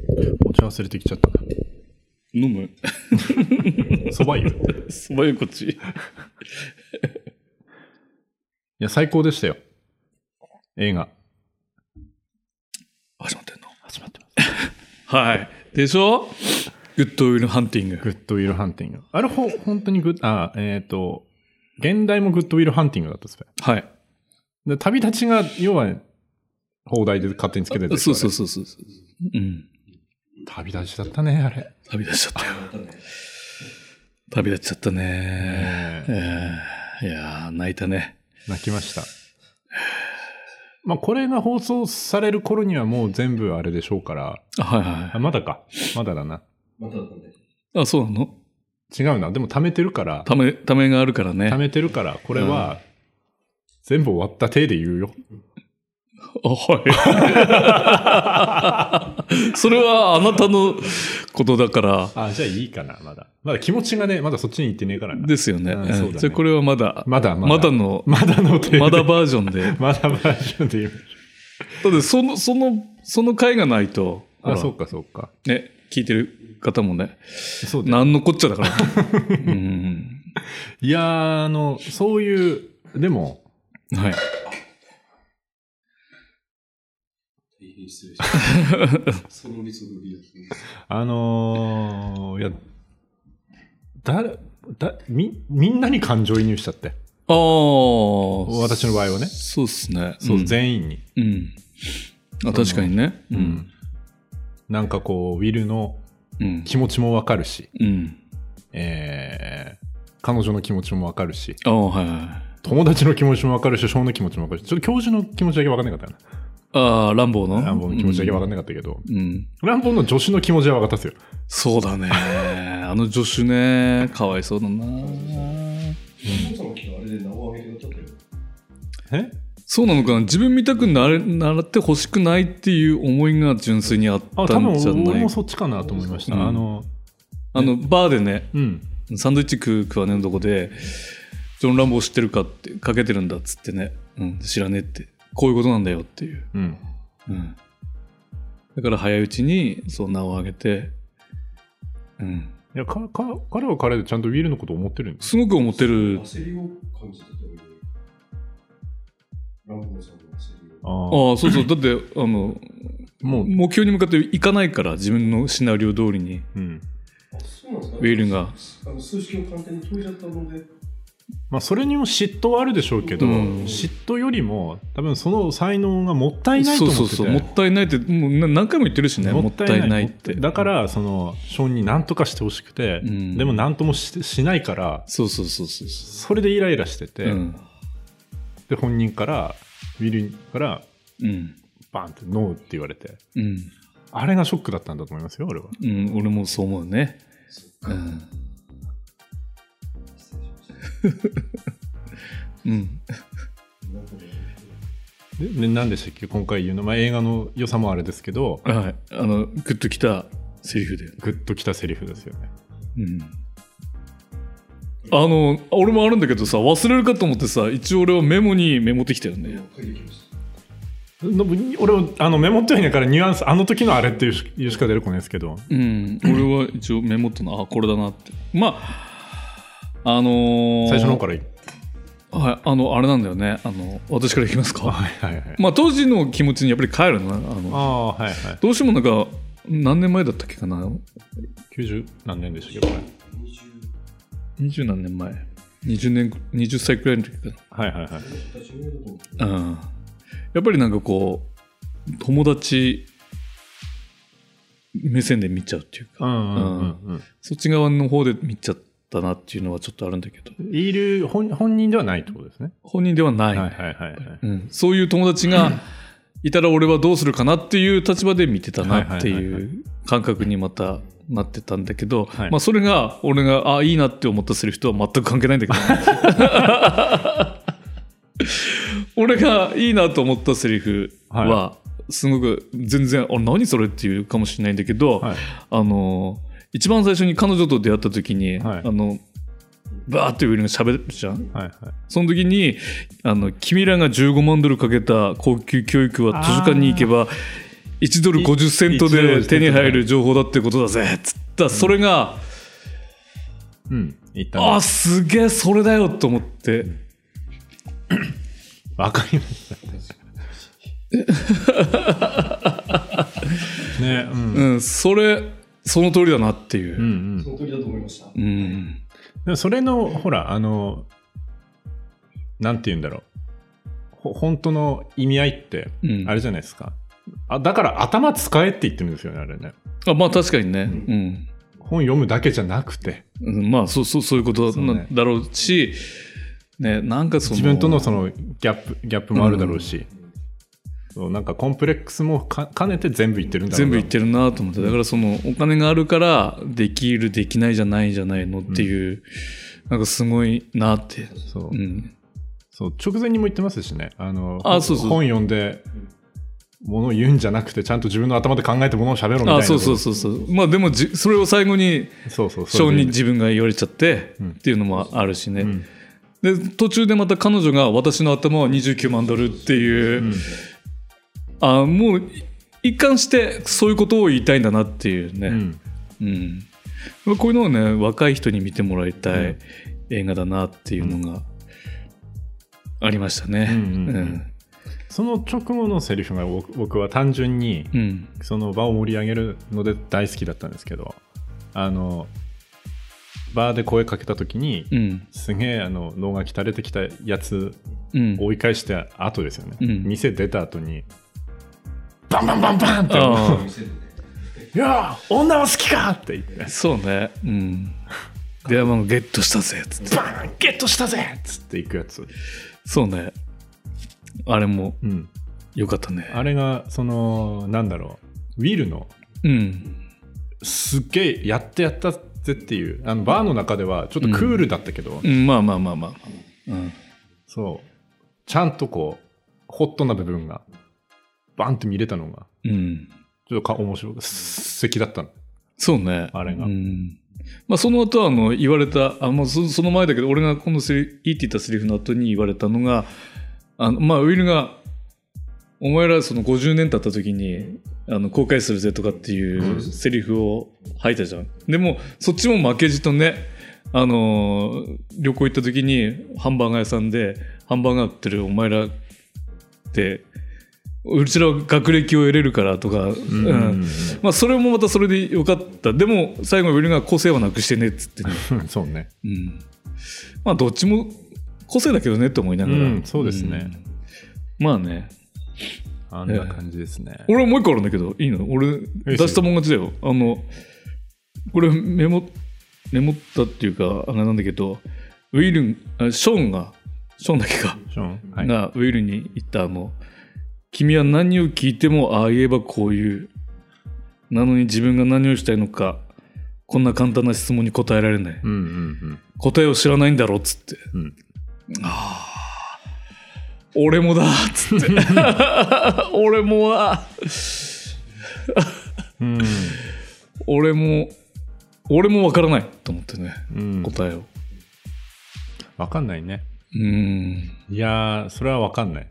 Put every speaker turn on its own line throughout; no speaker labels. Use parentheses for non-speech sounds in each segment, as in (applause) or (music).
じゃあ忘れてきちゃった
飲む
な。そば湯。い
すごいこっち。
や、最高でしたよ。映画。
始まってんの
始まってます。
はい。でしょグッドウィルハンティング。
グッドウィルハンティング。あれ、ほ、本当にグッ、あ、えっ、と、現代もグッドウィルハンティングだったっすね。
はい。
で、旅立ちが、要は、放題で勝手につけ (laughs) てた。。
そうそううそうそう。うん。
旅立ちだったね、あれ。
旅立ちちゃったよ。旅立ちちゃったね。
え
え
え
ーいやー、泣いたね。
泣きました。まあ、これが放送される頃にはもう全部あれでしょうから。
あはいはい
あ、まだか。まだだな。
はい。あ、そうなの
違うな。でも、貯めてるから。
ため、ためがあるからね。
貯
あ、
めてるから、これは、全部終わった手で言うよ。
はい。 (laughs) それはあなたのことだから。
あ、じゃあいいかな、まだ。まだ気持ちがね、まだそっちに行ってねえからな。
ですよね。
うんそうだね
じゃあこれはまだ、
まだまだ。
まだの、
(laughs) まだの手で。
まだ
ま
バージョンで。だ
だバージョンで言う。
ってその、その、その回がないと、ほ
あ、
ら
そうかそうか。
ね、聞いてる方もね、
そうだよ
なんのこっちゃ
(laughs)
だから。うん。
いやー、あの、そういう、でも、
はい。
失礼しました。その理想のリア
あのー、いや、誰、だ、み、みんなに感情移入しちゃって。
ああ。
(laughs) 私の場合はね
そうっすね。
そう、
ん
全員に。
うん。あ、確かにね。う。
うんん。なんかこう、ウィルの
うん。
気持ちもわかるし、
うん。
えー、彼女の気持ちもわかるし、
ああ、はいはい。
友達の気持ちもわかるし、ショーンの気持ちもわかるし、ちょっと教授の気持ちだけわかんなかったよな。
ああ、ランボーの
ランボーの気持ちだけわかんなかったけど、
うんうん。
ランボーの助手の気持ちはわかったっすよ。
そう
(laughs)
だね。あの助手ね、かわいそうだな。
そもそも昨日あれで名を上げて歌ったよ。
え
そうなのかな自分見たくなれ習ってほしくないっていう思いが純粋にあっ
あ、
た
多分
んじゃ
俺
ない
も
あ
そっちかなと思いました。
うん
あの、
のバーでね
うん。
サンドイッチ食う食わねえのとこで「ジョン・ランボー知ってるか?」って「かけてるんだ」っつってね「うん、知らねえ」ってこういうことなんだよっていう、
うん。
うん、だから早いうちにそう名を挙げて、うん、
いや、か、か、彼は彼でちゃんとウィルのことを思ってるんです。
すごく思ってる
焦りを感じてたよね。ランボーさんの焦りを。
ああ。
あ
(laughs)
あそうそうだってあの
もう、
目標に向かっていかないから自分のシナリオ通りに
うん。
あ、そうなんですか
ウェルが。
あの数式を簡単に解いちゃったので。
まあ、それにも嫉妬はあるでしょうけど、
うん
嫉妬よりも、多分その才能がもったいないと思ってて
そうそうそうもったいないってもうな何回も言ってるしねもったいないって
だから、その、ショーンに何とかしてほしくて、
うん
でも何ともししないから、
そうそうそうそうそ
それでイライラしてて、
ううん、
で、本人から、ウィルから、
うん
バンってノーって言われて、
うん
あれがショックだったんだと思いますよ、俺は。
うん、俺もそう思うね、
そっ
う
か。
ん
失礼しました。
うん、
ランボーさん
で、で何でしたっけ、今回言うの。まあ、映画の良さもあれですけど、
はいあのグッときたセリフで、
グッときたセリフですよね。
うん、あの俺もあるんだけどさ忘れるかと思ってさ一応俺はメモにメモってきたよね
の書いてきました。
の俺はあのメモってはいないからニュアンスあの時のあれっていうしいうしか出てこないですけど
うん俺は一応メモったのあこれだなってまああのー
最初の方からいい
はいあのあれなんだよねあの私からいきますか
はいはいはい
まあ、当時の気持ちにやっぱり帰るなあ
あ
の
あはいはい
どうしてもなんか何年前だったっけかな
90何年でしたっけどこれ
二十
20何年前20年20歳くらいの時か
はいはいはい
私上だと思って。
な、うん、やっぱりなんかこう友達目線で見ちゃうっていうか、
うんうんうん
そっち側の方で見ちゃったなっていうのはちょっとあるんだけど
うんいる本本人ではないってことですね
本人ではない、
はいはいはいはい
うん、そういう友達がいたら俺はどうするかなっていう立場で見てたなって
はいはいはい
いう感覚にまたなってたんだけど、
はい
まあ、それが俺があいいなって思ったセリフとは全く関係ないんだけど、
(laughs)
俺がいいなと思ったセリフはすごく全然「あ何それ?」っていうかもしれないんだけど、
はい
あの一番最初に彼女と出会った時に、
はい
あのバーってウィルが喋るじゃん。
はいはい
その時にあの君らが15万ドルかけた高級教育は図書館に行けば1ドル50セント
1ドル
で
50
手に入る情報だってことだぜつったらそれが、
うん。一旦
ああすげえそれだよと思って、
わかりました。ね、うん。
うん、それその通りだなっていうう、
ん
うん
うん
そ。の通りだと思いました。
でもそれの、ほら、あの、なんて言うんだろう。ほ本当の意味合いって、
うん
あれじゃないですか。あだから頭使えって言ってるんですよね、あれね。
あまあ確かにね、うん
本読むだけじゃなくて、
うんまあそうそうそういうこと
そう
な
ね
だろうしねなんかその
自分とのそのギャップ、ギャップもあるだろうし、そうなんかコンプレックスもか兼ねて全部言ってるんだろう
全
な
部言ってるなと思ってだからそのお金があるからできるできないじゃないじゃないのっていう、なんかすごいなって、
そう
うん、
そう直前にも言ってますしねあの
あそうそう
本読んでものを言うんじゃなくてちゃんと自分の頭で考えてものを喋ろうみたいな
あそうそうそうそうまあでもじそれを最後に
そうそうそ
小
れで
に自分が言われちゃって
うん
っていうのもあるしね、
うん
で途中でまた彼女が私の頭は29万ドルっていう、
うん
あもう一貫してそういうことを言いたいんだなっていう
う
ね、
ん
うんこういうのをね若い人に見てもらいた
うん
い映画だなっていうのがありましたね。
うんうんうんその直後のセリフが僕僕は単純に
うんうん
その場を盛り上げるので大好きだったんですけどあのバーで声かけた時に、
うん
すげえあの脳が鍛れてきたやつ
うん
追い返した後ですよね、
うん
店出た後にバンバンバンバンって
ああ
見せるね。
いやー女は好きかって言って
そうね。うん。電話番号ゲットしたぜっつって。
バーンゲットしたぜっつっていくやつ、
そうね。あれも
うん、
良かったね。
あれがそのなんだろうウィルの
うん。
すっげえやってやったぜっていうあのバーの中ではちょっとクールだったけど、
うんまあまあまあまあまあ。うん。
そうちゃんとこうホットな部分がバンって見れたのが
うん。
ちょっとか面白い素敵だったの
そうね。
あれが
うん。まあ、その後は、あの、言われた、あ、もうそその前だけど、俺が今度セリフ、いいって言ったセリフの後に言われたのが、あの、まあ、ウィルが、お前らその50年経った時に、あの、後悔するぜとかっていうセリフを吐いたじゃん。でも、そっちも負けじとね、あのー旅行行った時にハンバーガー屋さんで、ハンバーガー売ってるお前らって、うちらは学歴を得れるからとか、うん、まあ、それもまたそれでよかった。でも、最後、ウィルが個性はなくしてねっつってね。
うん (laughs) そうね
うん。まあ、どっちも個性だけどねって思いながら。
うんそうですね
うん。まあね。
あんな感じですね、
俺はもう一個あるんだけど、いいの俺、
え
出したもん勝ちだよ。あの、これメモ、メモったっていうか、あれなんだけど、ウィルン、あショーンが、ショーンだっけか、
ショーンはい
がウィルンに言ったあの、君は何を聞いても、ああ言えばこういう。なのに自分が何をしたいのか、こんな簡単な質問に答えられない。
うんうん
答えを知らないんだろっつって。
うんうん
俺もだっつって。 (laughs) 俺もだ。
うん
俺も、俺もわからないと思ってね、
うん
答えを。
わかんないね
うん。
いやーそれはわかんない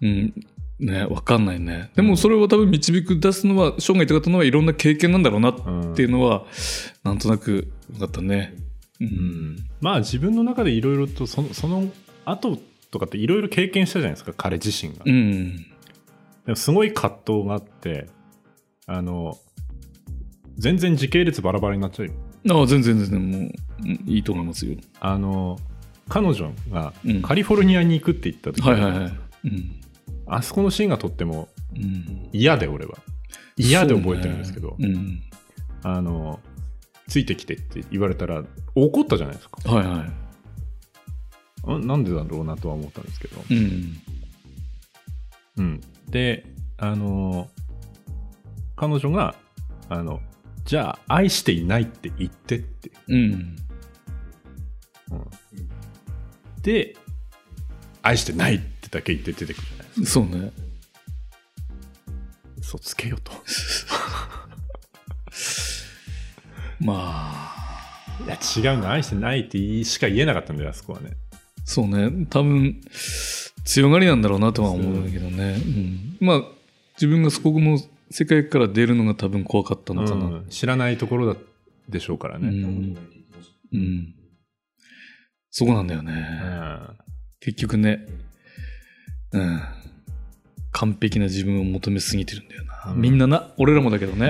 うん。ね、わかんないね。でもそれを多分導く出すのは、生涯とかったのはいろんな経験なんだろうなっていうのは、なんとなく分かったね。う。
うんんまあ自分の中でいろいろとそのその後とかっていろいろ経験したじゃないですか彼自身が、
うん。
でもすごい葛藤があってあの全然時系列バラバラになっちゃうよ
ああ、全然全然もう、うんいいと思いますよ。
あの彼女が
うん
カリフォルニアに行くって言った時、
はいはいはい。うん。
あそこのシーンがとっても
うん。
嫌で俺は嫌で覚えてるんですけど、
そうねうん。
あのついてきてって言われたら怒ったじゃないですか
はいは
んなんでだろうなとは思ったんですけど、
い。うん。
うん、であの彼女があのじゃあ愛していないって言ってって、
うん。
うん、で愛してないってだけ言って出てくるじゃないですか
そうね。
嘘つけよ (laughs) と
まあ、
いや違うの愛してないって言いしか言えなかったんだよあそこはね
そうね。多分、強がりなんだろうなとは思うんだけどね。うんまあ、自分がそこも世界から出るのが多分怖かったのかな。
うん知らないところだでしょうからね。
うん
たことないって言ってました。
うんそこなんだよね。
うん
結局ね、うん。完璧な自分を求めすぎてるんだよな。
うん
みんなな、俺らもだけどね。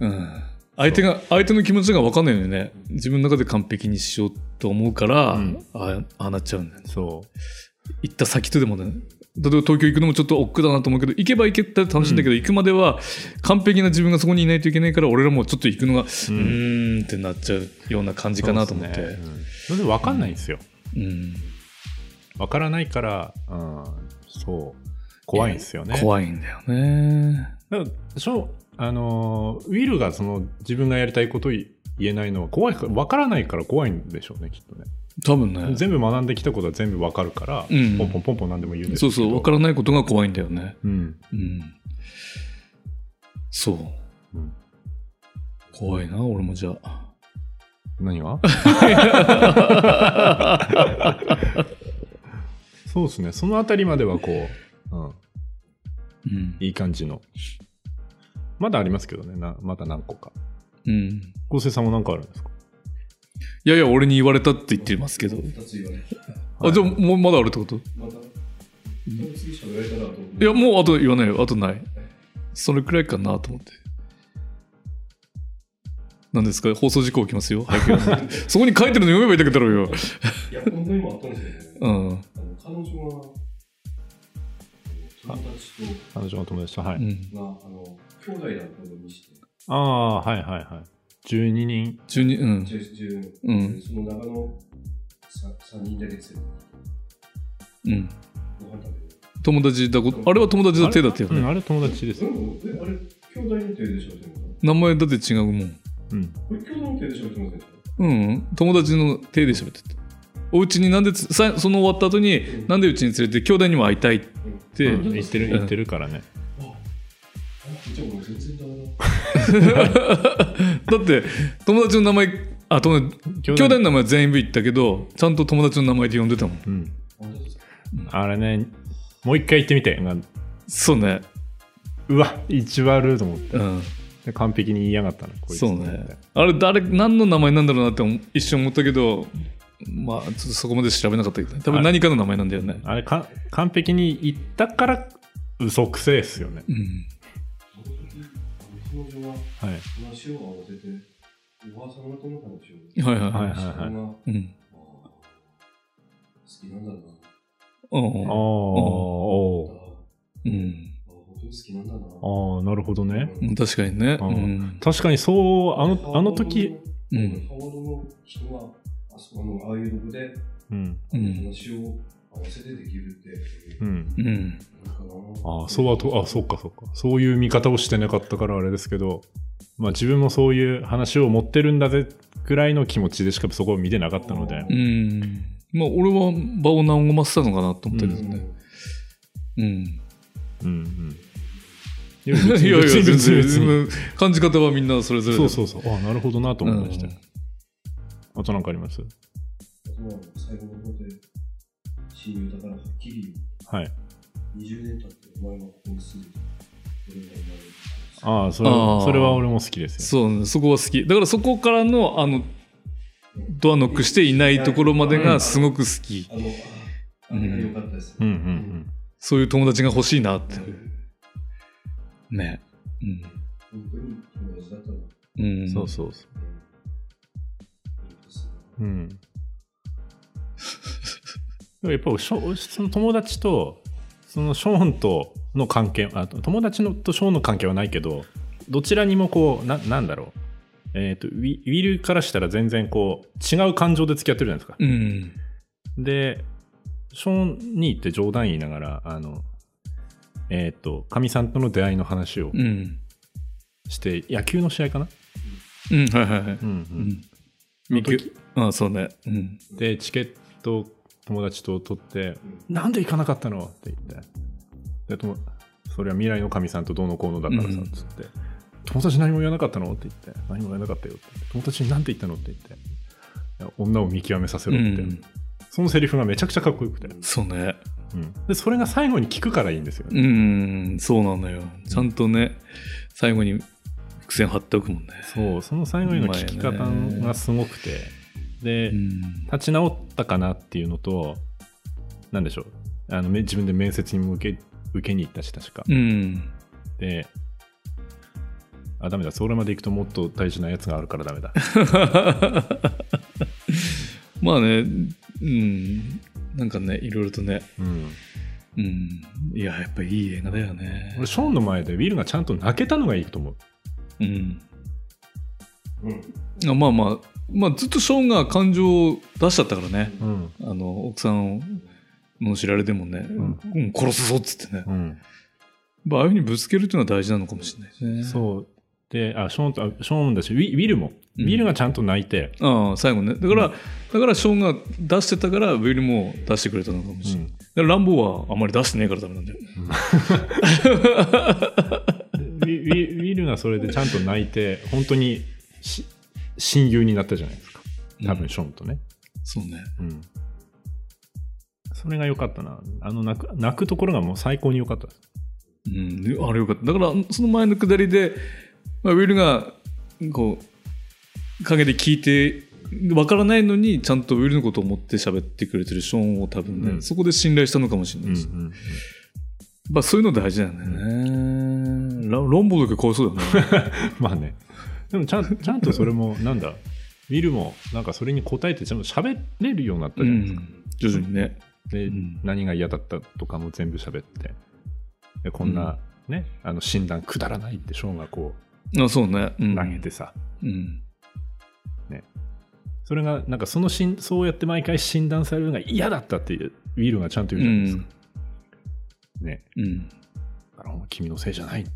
うん
うん相手が相手の気持ちが分かんないよね自分の中で完璧にしようと思うから、
うん
あああなっちゃうんだよね
そう。
行った先とでもね例えば東京行くのもちょっと億劫だなと思うけど行けば行けたら楽しいんだけど、行くまでは完璧な自分がそこにいないといけないから俺らもちょっと行くのがうーんってなっちゃうような感じかなと思って
そうですねうんそれで分かんないんですよ。
うん
分からないから、うん、そう。怖いんですよね。
怖いんだよね
だからしょあのーウィルがその自分がやりたいことを言えないのは怖いから分からないから怖いんでしょうねきっとね、
多分ね
全部学んできたことは全部分かるから、
うん
ポンポンポンポン何でも言うんです
そう
けど
そう分からないことが怖いんだよね
うん
うんそう
うん
怖いな俺もじゃあ
何
(laughs)
がそうですねそのあたりまではこう、うん、
うん
いい感じのまだありますけどねなまだ何個か
うん
昴生さんも何かあるんですか
いやいや、俺に言われたって言ってますけど。
二つ言われて。
は
あ、
い
じゃあ、もうまだあるってことい
また、うん、次しか言われたらと思う。
や、もうあと言わないよ。あとない。それくらいかなと思って。何ですか放送事故起きますよ。早くやらないとそこに書いてるの読めばいいだけだろうよ。
いや、本当にもあったんですよね。
うん。
あの彼女は、あの友達と、
彼女の友達とはい、
うん。
が、あの、兄弟だったのにして、
ああはいはいはい12人
中に、うん。
十十
うん。
その中のさ三人だけですよ。
うん。
ご飯食べて。
友達だこ、あれは友達だ手だったよ
うん
ね。
あれ友達です
それもえ、あれ、兄弟の手でしょって言うの
名前だって違うもん。
うん
これ、兄弟の手でしょって言うの
うん。友達の手で喋ってた。お家になんでつ、さその終わった後に、なんでうちに連れて、兄弟にも会いたいっ
うん
て、
うん言ってる言ってるからね、
あじゃあもう全然ダメだ。
だって友達の名前あ友達
兄
兄弟の名前全員言ったけどちゃんと友達の名前で呼んでたもん
うん、
あそうですか
あれねもう一回行ってみてな
そうね
うわ一悪いと思って
うん
で完璧に言いやがったのこいつ
そうねあれ誰何の名前なんだろうなって思一瞬思ったけどまあちょっとそこまで調べなかったけどね多分何かの名前なんだよね
あれか完璧に言ったから嘘くせえっすよね
うん
その時あの彼女は
はい
話を合わせて、おばあさん方の話を。
はいはいは
はい
い
はいはい
う
い。
ん
あー好きなんだな。
うん
あー
うん
あー
お
うん
あー本当に好きなんだな。
ーあーなるほどね
うん確かにね
あ
う
ー
ん
確かにそうあのあの時、
う
うんん、ハワードの人は、あそこのああいうとこで、
うん
あ
うん
の話を合わせてできるって、
うん
うん
なんかな。
ああそうはとあそうかそうかそういう見方をしてなかったからあれですけどまあ自分もそういう話を持ってるんだぜくらいの気持ちでしかそこを見てなかったので
う、んまあ俺は場を和ませたのかなと思ったけど
うん
ねうん
うんうん、い
い (laughs) やいや全然
別に
感じ方はみんなそれぞれだ
そうそうそう。あなるほどなと思いました。あとなんかあります
あとは最後の方で、親友だからはっきり
はい。
20年経ってお前はここに住んでる。俺が生まれ
ああ、それ
あー
それは俺も好きですよ。
そうねそこは好きだからそこからのあのドアノックしていないところまでがすごく好き
あの、ああれが良かったです。
うんうん
そういう友達が欲しいなって
本
ね
当に友達だったな。
うん、う、
うんん。そうそうそう。うん。でもやっぱりショその友達とそのショーンとの関係あ友達のとショーンの関係はないけどどちらにもこうななんだろうえっ、とウィウィルからしたら全然こう違う感情で付き合ってるじゃないですか
うん
で、ショーンにーって冗談言いながら、あの、えっ、と、かみさんとの出会いの話を
うん
して、野球の試合かな、
うんはいはいはい
うん
うんみきゅあそうねうん
うんで、チケットを友達と取って、
う
なんで行かなかったのって言って。で、ともそれは未来のかみさんとどうのこうのだからさ、
うん
つって。友達何も言わなかったのって言って。何も言わなかったよって。友達に何て言ったのって言って。いや女を見極めさせ
う
ろって。
ん
そのセリフがめちゃくちゃかっこよくて。
そうね
うん、でそれが最後に聞くからいいんですよ
う
ね、
んそうなのよちゃんとね最後に伏線張っておくもんね
そうその最後への聞き方
うまいよね
がすごくて、で、
うん
立ち直ったかなっていうのとなんでしょうあのめ自分で面接にも受け受けに行ったし確か、
うん (laughs)
であダメだそれまで行くともっと大事なやつがあるからダ
(laughs)
メだ
まあねうんなんかねいろいろとね
うん
うんいややっぱいい映画だよね
俺ショーンの前でウィルがちゃんと泣けたのがいいと思う
うん
うん。
あまあまあまあずっとショーンが感情を出しちゃったからね
うん
あの奥さんを罵られてもね、
ん
うん殺すぞっつってね、
うん
まあああいうふうにぶつけるっていうのは大事なのかもしれないですね
そうであショーンとあショーンだしウィウィルもウ
うん
ィルがちゃんと泣いて、
ああ最後ねだから、
うん
だからショーンが出してたからウィルも出してくれたのかもしれない、だからランボーはあんまり出してねえからダメなんだよ
うんでウィウィウィルがそれでちゃんと泣いて本当にし親友になったじゃないですか多
う
分
ん
ショーンとね、
そうね
うん。それが良かったな。あの泣く、泣くところがもう最高に良かったです。
うんであれよかっただからその前のくだりで、まあ、ウィルがこう陰で聞いてわからないのにちゃんとウィルのことを思って喋ってくれてるショーンを多分ね、
うん
そこで信頼したのかもしれないです、
ん。 (laughs)
まあそういうの大事なんだよね。ラロンボーとかかわいそうだよね。
まあね。でもちゃん、ちゃんとそれも、なんだ、ウィルも、なんかそれに応えて、ちゃんと喋れるようになった
う
じゃないですか。
ん、徐々にね。
で、
うん
何が嫌だったとかも全部喋って。で、こんな、ね、あの診断くだらないってショーンがこ
あそうね。う、
うん投げてさ、
うん。
それがなんかそのしんそうやって毎回診断されるのが嫌だったっていうウィルがちゃんと
う
言うじゃないです
ん
か、。ね
う
だ
ん、
からお前君のせいじゃないって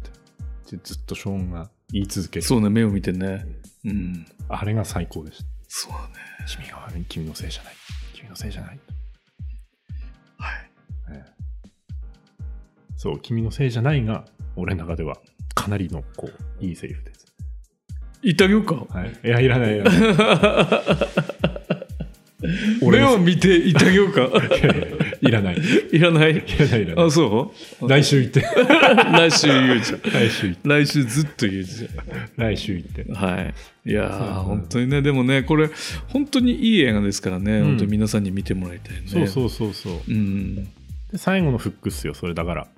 でずっとショーンが言い続ける
そうね、目を見てね。うん。
あれが最高でし
そうだね。
た君が悪い君のせいじゃない君のせいじゃない
はい。
そう君のせいじゃないが俺の中ではかなりのこういいセリフです、
言ってあげようか。 (laughs)
はい、いやいらないいらない俺
目
の
を見て言ってあげようか。
いらないい
(laughs) いらな
ら
い。
ないいらない
あ、そう
来週行って
来週言うじゃん。
来週行って
来週ずっと言うじゃ
来週行って
ん。はい。いや
そうだ
ー、
ね
本当にね、でもね、これ、本当にいい映画ですからね、
うん
本当に皆さんに見てもらいたいね。
そうそうそうそう
う。うん。
で最後のフックっすよそれだから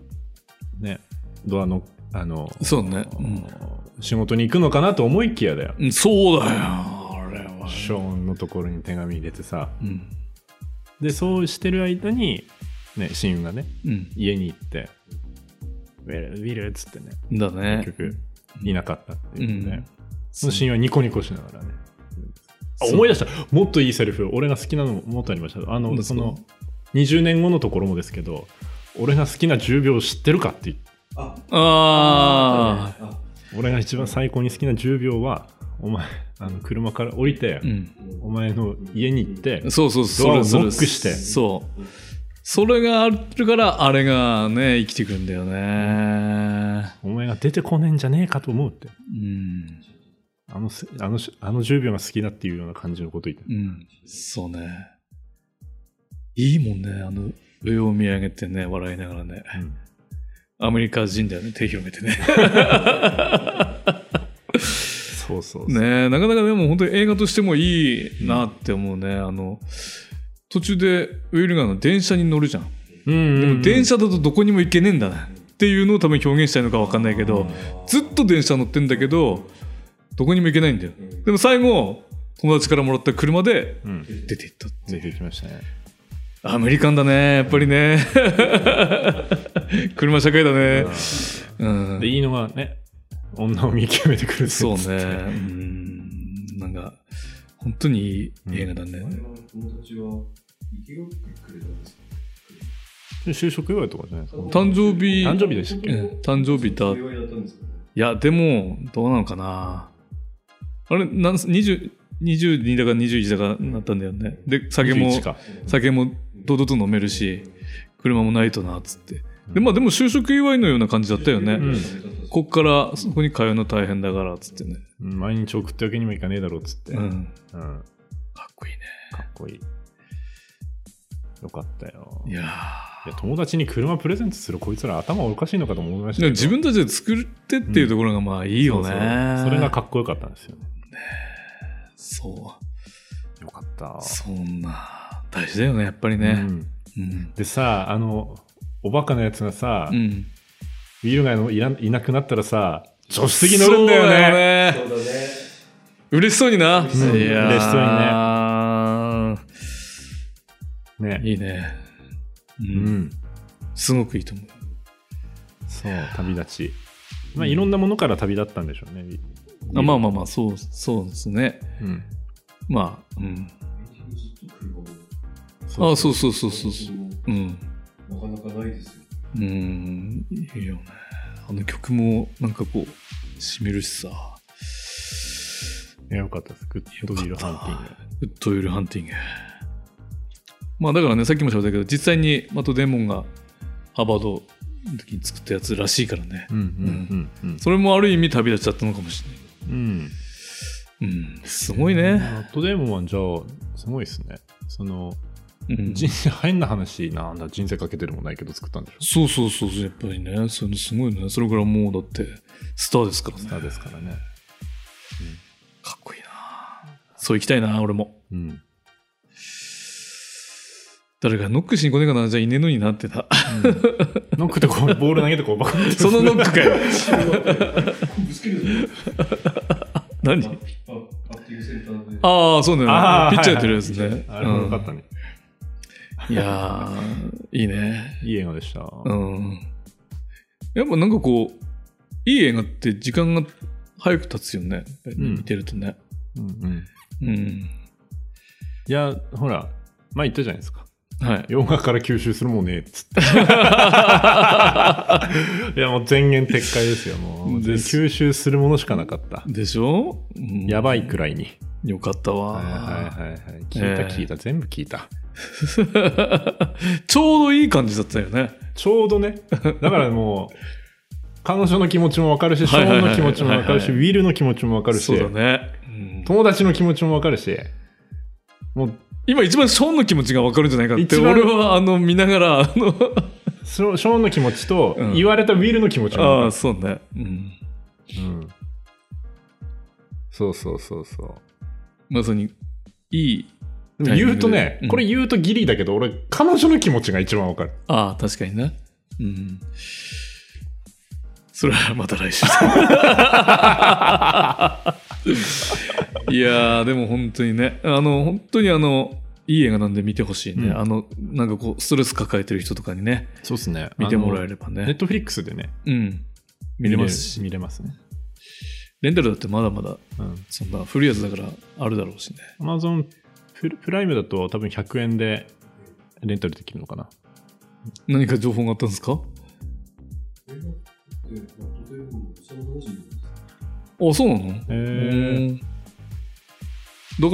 ねドアのあの
そうね。うん
仕事に行くのかなと思いきやだよ
うんそうだよ、あれは。
ショーンのところに手紙入れてさ
うん。
でそうしてる間に、ね、親友がね
うん。
家に行って「ウィルウィル」っつってね
だね。
結局いなかったっていう
う
ね
ん、
その親友はニコニコしながらねあ
そう
思い出したもっといいセリフ俺が好きなのももっとありましたあ
どう
の
です
そ
か
の20年後のところもですけど俺が好きな10秒知ってるかって言って
あ、
あ
あ、
俺が一番最高に好きな10秒はお前あの車から降りて、
あ。うん。
お前の家に行って
そうそう、そ
ドアを
れそれ
ノックして
そう。それがあるから、あれがね、生きてくるんだよね。
お前が出てこねえんじゃねえかと思うって
うん。
あのせあのしあの10秒が好きだっていうような感じのこと言って
うん。そうね。いいもんね、あの、上を見上げてね、笑いながらね。
うん
アメリカ人だよね、手広げて
(laughs)
ね。
そうそうそう
ねえなかなかでも本当に映画としてもいいなって思うね、あの途中でウィルガーの電車に乗るじゃん、
うんうんうん
でも電車だとどこにも行けねえんだねっていうのを多分表現したいのか分かんないけど、ずっと電車乗ってんだけどどこにも行けないんだよでも最後友達からもらった車で
うん
出ていった
出てきましたね
アメリカンだねやっぱりね車社会だねうん
でいいのがね女を見極めてくる
そうね
ね
うんなんか本当にいい映画だね、
前の友達は生きがってくれたんですか
就職祝いとかじゃないですか
誕生日
誕生日でしたっ
けうん誕生日だ
お祝いだったんですかね
いや、でも、どうなのかな。あれ、なんす20 22だか21だかなったんだよね。で、酒も、
21か
酒も堂々と飲めるし、車もないとな、つって。で、まあでも就職祝いのような感じだったよね。
ん
こっからそこに通うの大変だから、つってね。
うん毎日送ってわけにもいかねえだろうっつって、
う
うん
ん。
か
かっこいいね。
っこいいよかったよ
いやー
いや友達に車プレゼントするこいつら頭おかしいのかと思いました
でも
けど
自分たちで作ってっていうところがまあいいよ
そ
ね、
うそうそれがかっこよかったんですよね
そ
よかった
うそんな大事だよねやっぱりね
うん
うん
でさあのおバカなやつがさ、
う
ウ
ん
ィルガイのいないなくなったらさ助手席乗るんだよね
ね
そうだね。
嬉しそうにな、
嬉しそうに
いやー
嬉しそうにね
いいね、うん
うん
すごくいいと思う
そう旅立ちまあいろんなものから旅立ったんでしょうね、
あまあ
あ
まあまあそうそうですね
うん
まあうん
ずっと車も
あそうそうそうそうそううん
なかなかないですよ。
うんいいよねあの曲もなんかこうしみるしさ
いやよかったですグッドビールハンテ
ウッドウィルハンティングまあだからねさっきも喋ったけど実際にマトデーモンがハーバードの時に作ったやつらしいからね
ィングうんうんうん
それもある意味旅立っちゃったのかもしれ
う
ない
んうん
うん、すごいね。
あとでもじゃあすごいですねその
うん
人生変な話なんだ人生かけてるもないけど作ったんでしょ
そうそうそうそう、やっぱりね、それすごいね。それからもうだって、スターですからね。
スターですからね
かっこいいな。そう行きたいな、俺も。
うん
誰かノックしに来ねえかな、じゃあいねえのになってた。
ノックでこうボール投げてこうバカ
(laughs) そのノックかよ。
ぶつけるぞ。
(laughs) 何
バッバッティングセンターで。
ああ、そうだ
(laughs)
よ
ああ
ね。ピッチャーやってるやつね。
あれもよかったね、
うんいやー、いいね。
いい映画でした、
うん。やっぱなんかこう、いい映画って時間が早く経つよね。
ん
見てるとね。
うんうん
うん。
いやほら前言ったじゃないですか
はい。
洋画から吸収するもんねえっつって (laughs) いやもう全言撤回ですよもう
です
吸収するものしかなかった
でしょ、うん
やばいくらいに
よかったわ、
はいはいはいはい聞いた
ええ
聞いた、全部聞いた
(laughs) ちょうどいい感じだったよね。
ちょうどね (laughs) だからもう彼女の気持ちもわかるしショ
はいはい
ーン
はい
の気持ちもわかるし
はい
ウ
は
ィルの気持ちもわかるし、
そうだね。うん
友達の気持ちもわかるしもう
今一番ショーンの気持ちが分かるんじゃないかって
一番
俺はあの見ながらあの
ショショーンの気持ちと
うん
言われたウィルの気持ちも
あ
わ
あ
か
そうね、うん、
る、うんそうそうそうそう
まさにいい
でも言うとね、
うん
これ言うとギリだけど、俺、彼女の気持ちが一番わ
(laughs)
かる。
ああ確かにな、うん、それはまた
(laughs)
来週いやーでも本当にねあの本当にあのいい映画なんで見てほしいね、
うん
あのなんかこうストレス抱えてる人とかにね
そうですね。
見てもらえ
る。
れば
ネッ
ね
トフリックスでね、
うん見れますし
見れますね。
レンタルだってまだまだ
うん。
そんな古いやつだからあるだろうしね
アマゾンププライムだと多分100円でレンタルできるのかな。
何か情報があったんですか
映画って、まあ、とても370円です。
あそうなの
え
う
ー、
んだか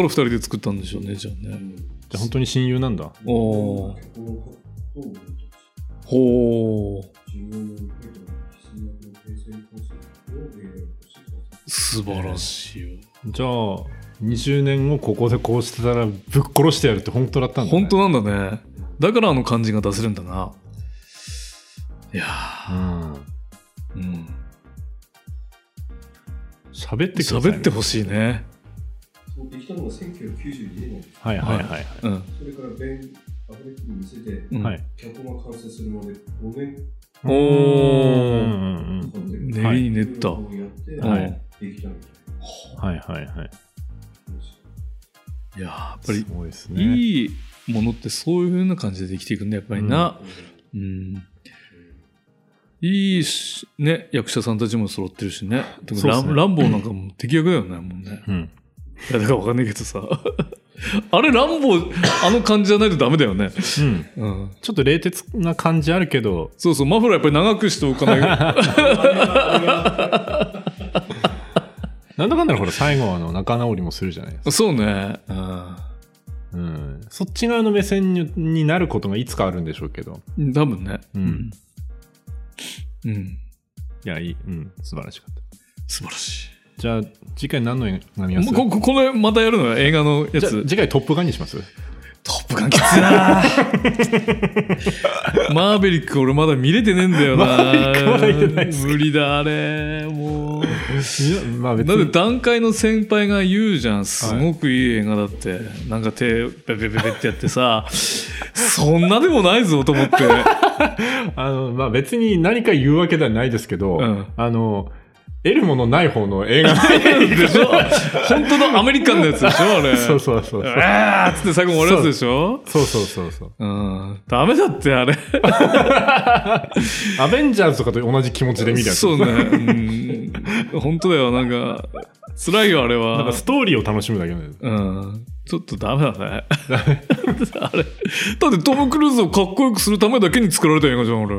ら2人で作ったんでしょうねじゃあね
じゃあ本当に親友なんだ。
おー
結婚のことを
ほう
重要に受けた必要な平成コンセプトを映画にしてくださ
素晴らしいよ、
じゃあ、20年をここでこうしてたらぶっ殺してやるって本当だったんだ、ね。
本当なんだねだからあの感じが出せるんだないや
うん。
ーうん
喋ってくださいね
喋ってほしいね
い。そうできたのが1992年なんです。
はいはいはい。
うん、
それからベン・アフレックに見せて、
うん
はい。
脚本が完成するまで5年
お
うんう
ー
んうん。
かかってる。
練りに練った、
をやって、
はい
できたみたい
はいはいはい。
な。
いやーやっぱ
す
り
ごいですね。
いいものってそういう風な感じでできていくんだやっぱりな、うんいいしね役者さんたちも揃ってるしねでも
そうっ
ラ
す
ン
ね
ランボーなんかも敵役だよねもうね
うん。
(laughs) 誰だかわかんないけどさ (laughs) あれランボーあの感じじゃないとダメだよね、
うん。
うん、
ちょっと冷徹な感じあるけど、
そうそうマフラーやっぱり長くしておか (laughs) ない
なんだかんだでほら最後はあの仲直りもするじゃないですか。
そうね、うん
うん。そっち側の目線にになることがいつかあるんでしょうけど。
多分ね。
うん。
うん。
いや、いい。うん。素晴らしかった。
素晴らし
じゃあ、次回何の映画見
い。
ます
もうこここれまたやるのよ、映画のや
じゃあ
つ。
次回トップガンにします
トップ感きついなマーベリック俺まだ見れてねえんだよな
マーベリックまだ見てないっす
無理だあれもう
まあ別
だって
に
段階の先輩が言うじゃんすごくいい映画だって、なんか手ペペペペってやってさそんなでもないぞと思って
あの、まあ別に何か言うわけではないですけど、
うん
あの、得るものない方の (laughs) 映画
でしょ本当のアメリカンのやつでしょあ
(laughs)
れ
そうそうそうそう。
うわーっつって最後終わるやつでしょ
そうそうそうそう。
うんダメだってあれ
アベンジャーズとかと同じ気持ちで見るやつ。
そうね、うん、本当だよなんか辛いよあれ
なん
は
かストーリーを楽しむだけなんです。
うんちょっとダメだねあれだってトム・クルーズをかっこよくするためだけに作られた映画じゃん俺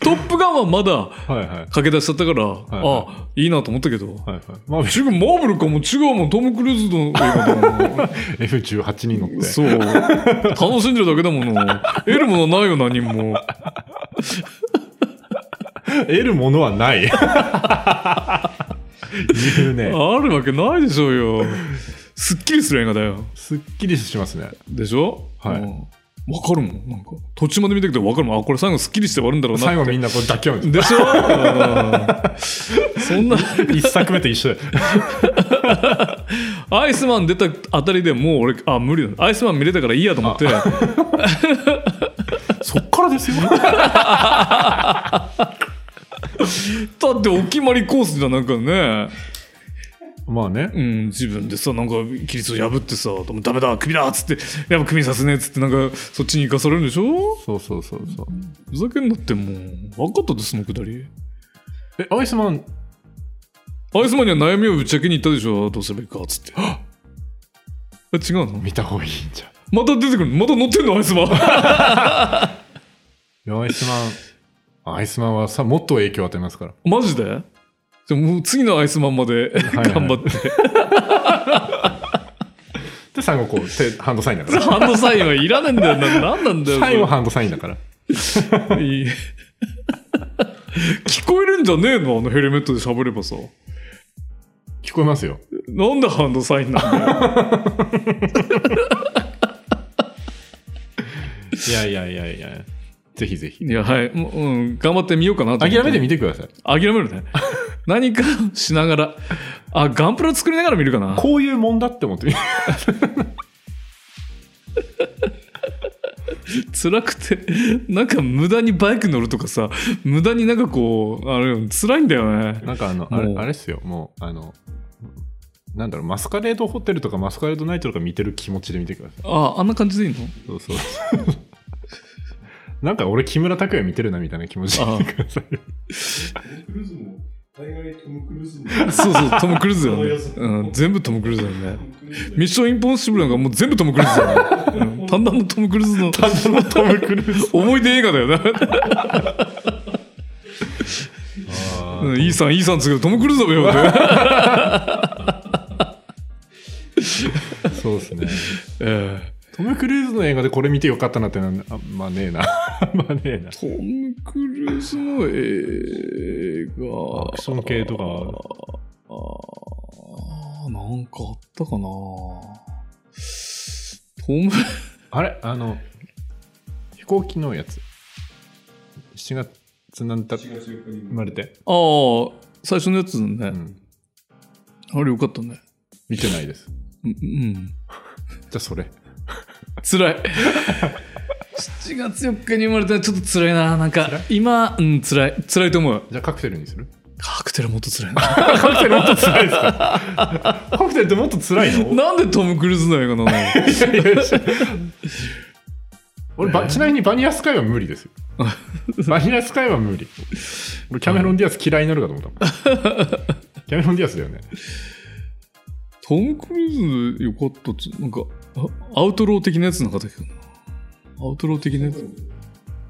トップガンはまだ
はいはい。はい
駆け出しちゃったから、
はい
あいいなと思ったけど、
はい。まあ別
違うマーブルかも違うもんトム・クルーズの映画だもん
に F18 に乗って。
そう。楽しんでるだけだもの。得るものないよ、何も。
得るものはない。言うね。
あるわけないでしょうよ。すっきりする映画だよ。
すっきりしますね。
でしょ
はい
うんわかるもん。なんか、途中まで見てくけどわかるもん。あ、これ最後すっきりして終わるんだろうな。
最後みんなこう妥協です。
でしょうんそんな、
一作目と一緒で。
アイスマン出たあたりでもう俺、あ、無理だ。アイスマン見れたからいいやと思って、
(laughs) そっから (laughs) ですよ。
だってお決まりコースじゃんなんかね。
まあね。
うん、自分でさなんか規律を破ってさ「ダメだクビだ」っつって「やっぱクビにさせねえ」っつってなんかそっちに行かされるんでしょ
そうそうそうそう。
ふざけんなってもう分かったですそのくだり
え、アイスマン、
アイスマンには悩みをぶっちゃけに行ったでしょどうすればいいかっつってあ違うの
見た方がいいんじゃん。
また出てくるまた乗ってんのアイスマン (laughs)
いやアイスマン、アイスマンはさ、もっと影響を与えますから。
マジでじゃあもう次のアイスマンまで
はい
頑張って、
で、最後こう、手ハンドサインだから。
ハンドサインはいらねえんだよななんなんだよそれ
最後ハンドサインだから。
いい (laughs) 聞こえるんじゃねえのあのヘルメットで喋ればさ
聞こえますよ。
なんでハンドサインなんだよ
いやいやいやいや。ぜひぜひ。
いや、はい。もううん、頑張ってみようかなと思って。
諦めてみてください。
諦め (laughs) るね。何かしながら。あ、ガンプラ作りながら見るかな。
こういうもんだって思ってみる。
辛くて、なんか無駄にバイク乗るとかさ、無駄になんかこう、あれ、辛いんだよね。
(laughs) なんかあの、あ
も
れ
う
あれっすよ。もう、あの、なんだろう、マスカレードホテルとかマスカレードナイトとか見てる気持ちで見てください。
あ、あんな感じでいいの
そうそう。なんか俺、木村拓哉見てるなみたいな気持ちで見てください。
クルーズも、大概トム・クルーズも、
そうそう、トム・クルーズだよね。
そう
うん、全部トム・クルーズだよ
ト
ね。
ムクルーズ
ミッション・インポッシブルなんかもう全部トム・クルーズだよね。うん、単々のトム・クルーズ
(laughs)
の
トム・クルーズ。
思い出映画だよね。
あ
うん、イーサン、イーサンつけどトム・クルーズだよって。
ーそうですね。
ええ
トム・クルーズの映画でこれ見てよかったなってなんあまあね (laughs) えな。まあねえな。
トム・クルーズの映画。
アクション系とか
あーなんかあったかなトム、
あれあの、飛行機のやつ。7月なんた生
4月4日に
まれて。
ああ、最初のやつ
う
ね。
ん。
あれよかったね。
見てないです。じ
うんうん。
ゃあそれ。
辛い。7月4日に生まれたらちょっと辛いな。なんか、今、うん、辛い。辛いと思う。
じゃあカクテルにする
カクテルもっと辛いな。
カクテルもっと辛いですか (laughs) カクテルってもっと辛いの
(laughs) なんでトム・クルーズの映画なの
俺ば、ちなみにバニラスカイは無理ですよ。バニラスカイは無理。俺キャメロン・ディアス嫌いになるかと思ったもん。 (laughs) キャメロン・ディアスだよね。
トム・クルーズよかったっつなんかあアウトロー的なやつなかったっけどなアウトロー的なやつ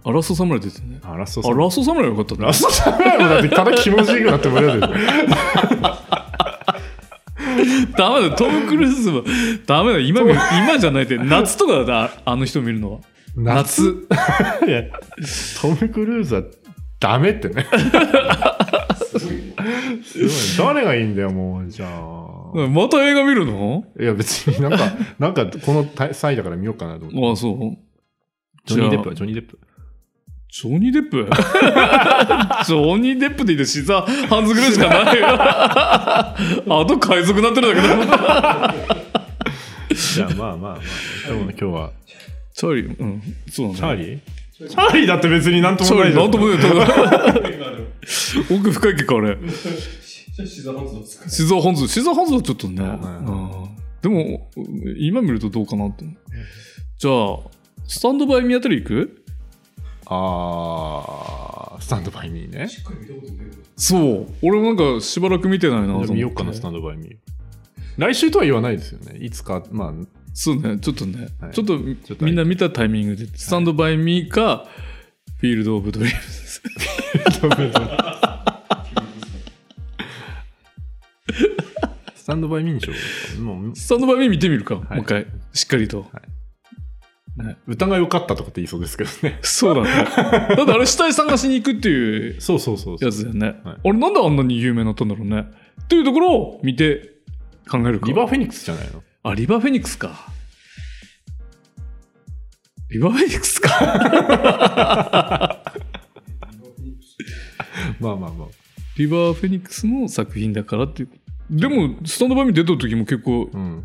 あラストサムライ出てね
あ、ラスト
あラストサムライよかったね
ラストサムライもだってただ気持ちいいくなって無理だよ。
ダメだよトム・クルーズはダメだよ今見今じゃないって夏とかだああの人見るのは夏
いやトム・クルーズはダメってね。
すごいね。
すごいね。誰がいいんだよ、もう、じゃあ。
また映画見るの
いや、別になん (laughs) か、なんか、この際だから見ようかなと思って。
ああ、そう。
ジョニー・
じ
デッ
ゃあ
プは、ジョニー・デップ。
ジョニー・デップ (laughs) ジョニー・デップでいいです膝半ズぐらいしかないよあ (laughs) と海賊になってるんだけど
じゃあ、まあまあまあ、でも今日は。
チャーリーうんそう
チ
な
ャ
の
ーリーチャーリーだって別になんと
チ
も
ャー
な
リ
い
ー
じゃ
なんんとも言うと
今でも
奥深い結果あれ
じゃあ (laughs) シザーハンズを使う
シザーハンズシザーハンズはちょっとね、
ん
うんでも今見るとどうかなと思うじゃあスタンドバイミあたり行く
あー、スタンドバイミーね。
しっかり見たことないよ
そう俺もなんかしばらく見てないなと思って
見ようかな、スタンドバイミー。来週とは言わないですよね。いつか、まあ、
そうね、ちょっとね、
はい
ちょっと
ちょっと
みんな見たタイミングで、スタンドバイミーか、フィールド・オブ・ドリームです。
(laughs) スタンドバイミーにしよう。もう、
スタンドバイミー見てみるか、
い
もう一回、しっかりと。
歌が良かったとかって言いそうですけどね。
そう
(laughs)
だね。だってあれ、死体探しに行くっていう
そうそうそうそう
やつだよね。
はい
俺、なんであんなに有名になったんだろうね。っていうところを見て考えるか。
リバー・フェニックスじゃないの
あ、リバー・フェニックスか。リバー・フェニックスか。
(laughs) まあまあまあ。
リバー・フェニックスの作品だからっていう。でも、スタンドバイミー出た時も結構、
うん。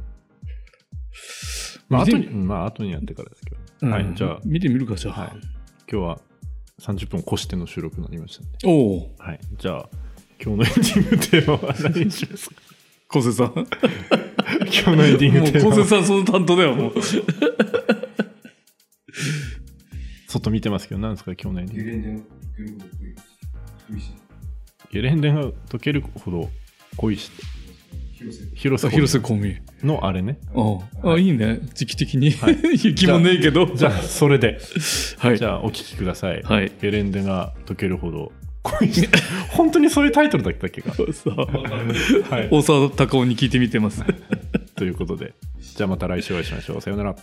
まあ、後
見て
に、うんまあ、後にやってからですけど。
うん
はいじゃあ
見てみるか、じゃあ。
はい。今日は30分越しての収録になりましたね。
おお
はい。じゃあ、今日のエンディングテーマは何にしますか
昴生さん (laughs) も
(laughs)
う
今日のエンディングテー
昴
マ
生
は
さんその担当だよもう
外見てますけど、何ですか今日のエンディ
ゲ
ング。
レンデのゲルゴの声です低いし
ゲレンデが溶けるほど恋して、
広瀬
広瀬
広瀬香美
のあれね。
あ、あいいね時期的に、 (laughs) 雪もねえけど
(laughs) じゃあ、それで。
はい
じゃあ、お聞きください。
はい
ゲレンデが溶けるほど恋して。本当にそういうタイトルだったっけか。
さあ
はい。
大沢たかおに聞いてみてます
ということで、じゃあまた来週お会いしましょう。さようなら。